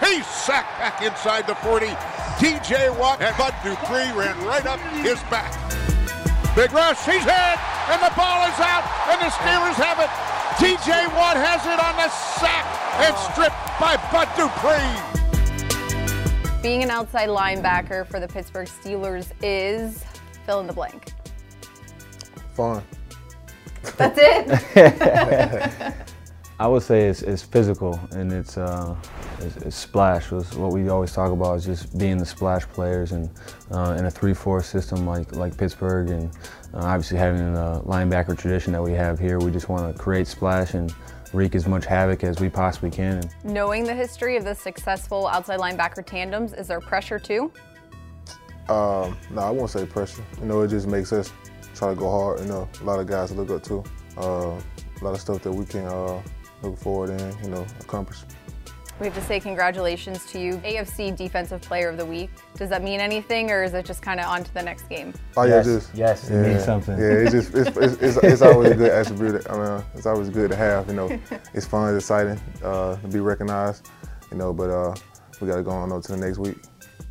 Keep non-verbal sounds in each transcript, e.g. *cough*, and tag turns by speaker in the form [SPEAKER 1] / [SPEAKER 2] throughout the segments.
[SPEAKER 1] Nice sack back inside the 40. TJ Watt and Bud Dupree ran right up his back. Big rush, he's hit, and the ball is out, and the Steelers have it. TJ Watt has it on the sack and stripped by Bud Dupree.
[SPEAKER 2] Being an outside linebacker for the Pittsburgh Steelers is fill in the blank.
[SPEAKER 3] Fun.
[SPEAKER 2] That's it.
[SPEAKER 4] I would say it's, it's physical and it's, uh, it's, it's splash. Was what we always talk about is just being the splash players and uh, in a three-four system like like Pittsburgh and uh, obviously having the linebacker tradition that we have here. We just want to create splash and wreak as much havoc as we possibly can.
[SPEAKER 2] *laughs* Knowing the history of the successful outside linebacker tandems, is there pressure too?
[SPEAKER 3] Um, no, I won't say pressure. You know, it just makes us try to go hard. You know, a lot of guys to look up to. Uh, a lot of stuff that we can uh, look forward and you know accomplish.
[SPEAKER 2] We have to say congratulations to you, AFC Defensive Player of the Week. Does that mean anything, or is it just kind of on to the next game?
[SPEAKER 3] Oh
[SPEAKER 4] Yes,
[SPEAKER 3] yeah, just
[SPEAKER 4] yes, it
[SPEAKER 3] yeah,
[SPEAKER 4] means something.
[SPEAKER 3] Yeah, it's just it's, it's, it's, it's always a good attribute. I mean, it's always good to have. You know, it's fun, it's exciting uh, to be recognized. You know, but uh, we got to go on though to the next week.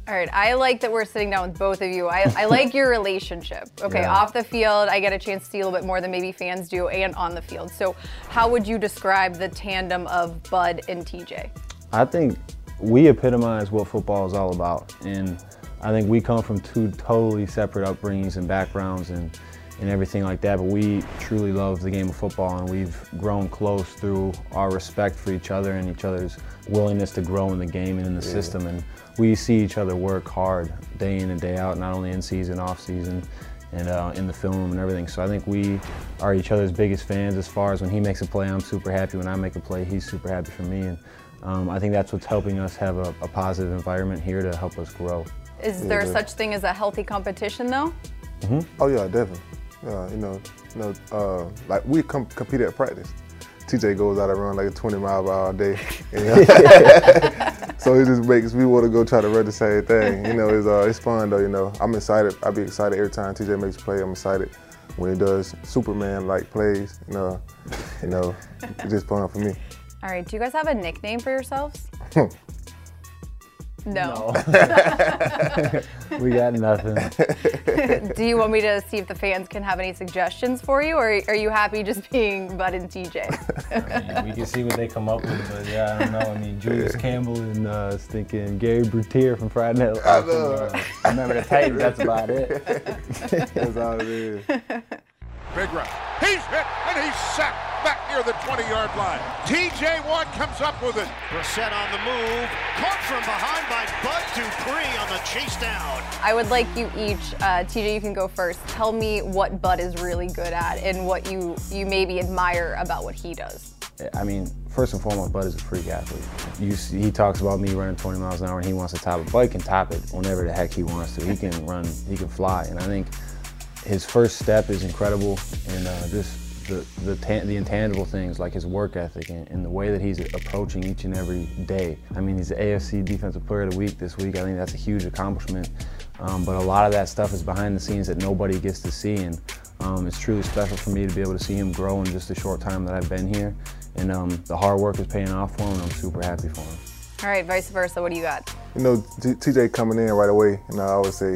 [SPEAKER 2] All right, I like that we're sitting down with both of you. I, *laughs* I like your relationship. Okay,
[SPEAKER 4] Yeah.
[SPEAKER 2] off the field, I get a chance to see a little bit more than maybe fans do, and on the field. So, how would you describe the tandem of Bud and TJ?
[SPEAKER 4] I think we epitomize what football is all about, and I think we come from two totally separate upbringings and backgrounds and and everything like that. But we truly love the game of football, and we've grown close through our respect for each other and each other's willingness to grow in the game and in the system. And we see each other work hard day in and day out, not only in season, off season. And uh, in the film room and everything. So I think we are each other's biggest fans as far as when he makes a play, I'm super happy. When I make a play, he's super happy for me. And um, I think that's what's helping us have a, a positive environment here to help us grow.
[SPEAKER 2] Is there
[SPEAKER 3] Yeah.
[SPEAKER 2] such thing as a healthy competition, though?
[SPEAKER 3] Oh yeah, definitely. Yeah, you know, you know, uh, like we com- compete at practice. TJ goes out and run like a 20 mile per hour day. *laughs* you know. so it just makes me want to go try to run the same thing. You know, it's uh, it's fun though. You know, I'm excited. I be excited every time TJ makes a play. I'm excited when he does Superman like plays. You know, you know, it's just fun for me.
[SPEAKER 2] All right, do you guys have a nickname for *laughs* yourselves? no.
[SPEAKER 4] *laughs* we got nothing.
[SPEAKER 2] do you want me to see if the fans can have any suggestions for you, or are you happy just *laughs* being Bud and *laughs* TJ?
[SPEAKER 4] we can see what they come up with, but yeah, I don't know. I mean, Julius Campbell and uh, stinking Gary Brutier from Friday Night Live. I remember the tape. That's about it.
[SPEAKER 3] That's all it is.
[SPEAKER 1] Big rush. He's hit and he's sacked back near the 20 yard line. TJ Watt comes up with it.
[SPEAKER 5] Brissett on the move, caught from behind by Bud Dupree on the chase down.
[SPEAKER 2] I would like you each, uh, TJ, you can go first. Tell me what Bud is really good at and what you you maybe admire about what he does.
[SPEAKER 4] I mean, first and foremost, Bud is a freak athlete. You see, he talks about me running 20 miles an hour, and he wants to top it. Bud can top it whenever the heck he wants to. He can run, he can fly, and I think his first step is incredible, and uh, just the the, tan- the intangible things like his work ethic and, and the way that he's approaching each and every day. I mean, he's the AFC Defensive Player of the Week this week. I think that's a huge accomplishment, um, but a lot of that stuff is behind the scenes that nobody gets to see, and um, it's truly special for me to be able to see him grow in just the short time that I've been here, and um, the hard work is paying off for him, and I'm super happy for him.
[SPEAKER 2] All right, vice versa, what do you got?
[SPEAKER 3] You know, T- TJ coming in right away, and I always say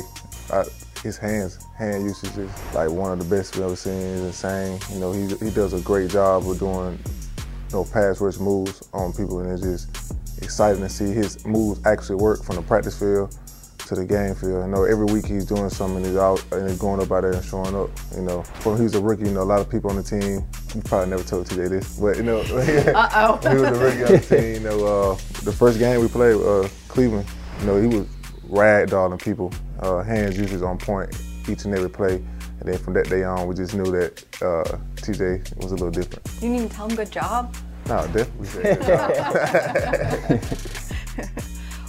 [SPEAKER 3] I, his hands, hand usage is like one of the best we've ever seen. It's insane. You know, he, he does a great job of doing, you know, pass rush moves on people, and it's just exciting to see his moves actually work from the practice field to the game field. I know every week he's doing something, and he's out and he's going up out there and showing up. You know, when he was a rookie, you know, a lot of people on the team, you probably never told TJ this, but you know, *laughs*
[SPEAKER 2] Uh oh.
[SPEAKER 3] he was a really good team. You know, uh, the first game we played, uh, Cleveland, you know, he was ragdolling people. Uh, hands usually on point each and every play. And then from that day on, we just knew that uh, TJ was a little different.
[SPEAKER 2] You didn't even tell him good job.
[SPEAKER 3] No, definitely. said that.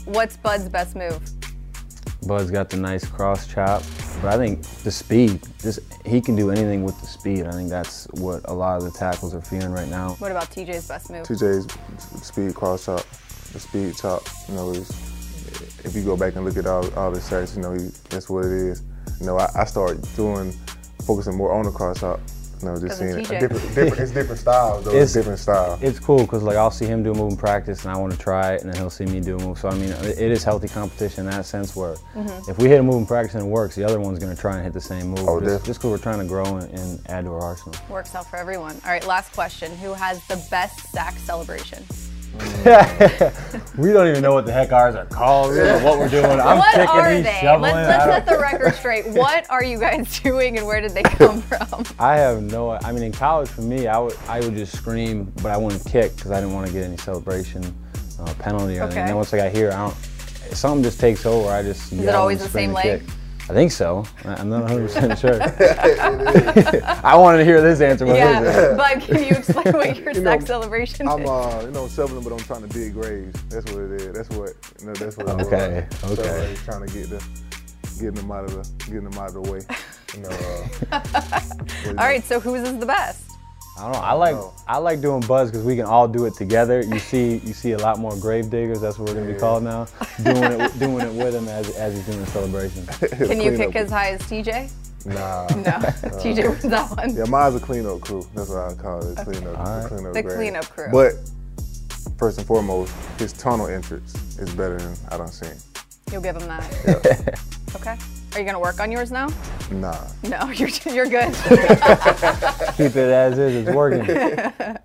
[SPEAKER 2] What's Bud's best move?
[SPEAKER 4] Bud's got the nice cross chop, but I think the speed, just he can do anything with the speed. I think that's what a lot of the tackles are feeling right now.
[SPEAKER 2] What about TJ's best move?
[SPEAKER 3] TJ's speed cross chop, the speed chop, you know, is, if you go back and look at all, all the sacks, you know, he, that's what it is. You know, I, I started doing, focusing more on the cross chop You know, just
[SPEAKER 2] 'Cause
[SPEAKER 3] seeing
[SPEAKER 2] it's
[SPEAKER 3] it.
[SPEAKER 2] TJ.
[SPEAKER 3] Different, different, it's different styles though.
[SPEAKER 4] It's-
[SPEAKER 3] It's, different style.
[SPEAKER 4] It's cool because like I'll see him do a move in practice, and I want to try it, and then he'll see me do a move. So I mean, it it is healthy competition in that sense. Where
[SPEAKER 2] Mm-hmm.
[SPEAKER 4] if we hit a move in practice and it works, the other one's going to try and hit the same move.
[SPEAKER 3] Oh,
[SPEAKER 4] just
[SPEAKER 3] definitely.
[SPEAKER 4] because we're trying to grow and, and add to our arsenal.
[SPEAKER 2] Works out for everyone. All right, last question. Who has the best sack celebration?
[SPEAKER 4] We don't even know what the heck ours are called or what we're doing. I'm
[SPEAKER 2] what
[SPEAKER 4] kicking,
[SPEAKER 2] are
[SPEAKER 4] he's
[SPEAKER 2] they? Let's,
[SPEAKER 4] shoveling. I
[SPEAKER 2] let's
[SPEAKER 4] don't-
[SPEAKER 2] set the record straight. What are you guys *laughs* doing and where did they come from?
[SPEAKER 4] I have no. I mean, in college for me, I would I would just scream, but I wouldn't kick because I didn't want to get any celebration uh, penalty or anything. And
[SPEAKER 2] Okay.
[SPEAKER 4] then once I got here, I don't. Something just takes over. I just. Is
[SPEAKER 2] always the same leg?
[SPEAKER 4] I think so. I- I'm not 100
[SPEAKER 2] *laughs*
[SPEAKER 4] percent sure. *laughs* I wanted to hear this answer. but-
[SPEAKER 2] Yeah, but can you explain what your
[SPEAKER 3] You know,
[SPEAKER 2] sack celebration
[SPEAKER 3] *laughs* I'm
[SPEAKER 2] is?
[SPEAKER 3] uh, you know, shoveling, but I'm trying to dig graves. That's what it is. That's what. You know, that's what.
[SPEAKER 4] Okay,
[SPEAKER 3] I was.
[SPEAKER 4] okay.
[SPEAKER 3] Shoveling, Trying to get the, getting them out of the, getting them out of the way. You know.
[SPEAKER 2] *laughs*
[SPEAKER 3] Uh, *laughs*
[SPEAKER 2] All right, so whose is the best?
[SPEAKER 4] I don't know. I like
[SPEAKER 3] No.
[SPEAKER 4] I like doing buzz because we can all do it together. You see you see a lot more grave diggers. That's what we're gonna be
[SPEAKER 3] Yeah.
[SPEAKER 4] called now. Doing it doing it with him as as he's doing the celebration.
[SPEAKER 2] Can you kick
[SPEAKER 3] cleanup.
[SPEAKER 2] as high as TJ?
[SPEAKER 3] Nah.
[SPEAKER 2] No, TJ wins that one.
[SPEAKER 3] Yeah, mine's a cleanup crew. That's what I call it. Cleanup.
[SPEAKER 4] Alright.
[SPEAKER 3] cleanup
[SPEAKER 2] The
[SPEAKER 3] grade.
[SPEAKER 2] cleanup crew.
[SPEAKER 3] But first and foremost, his tunnel entrance is better than I don't see.
[SPEAKER 2] You'll give him that. okay. Are you gonna work on yours now?
[SPEAKER 3] Nah.
[SPEAKER 2] *laughs* No, you're you're good.
[SPEAKER 4] Keep it as is. It's working.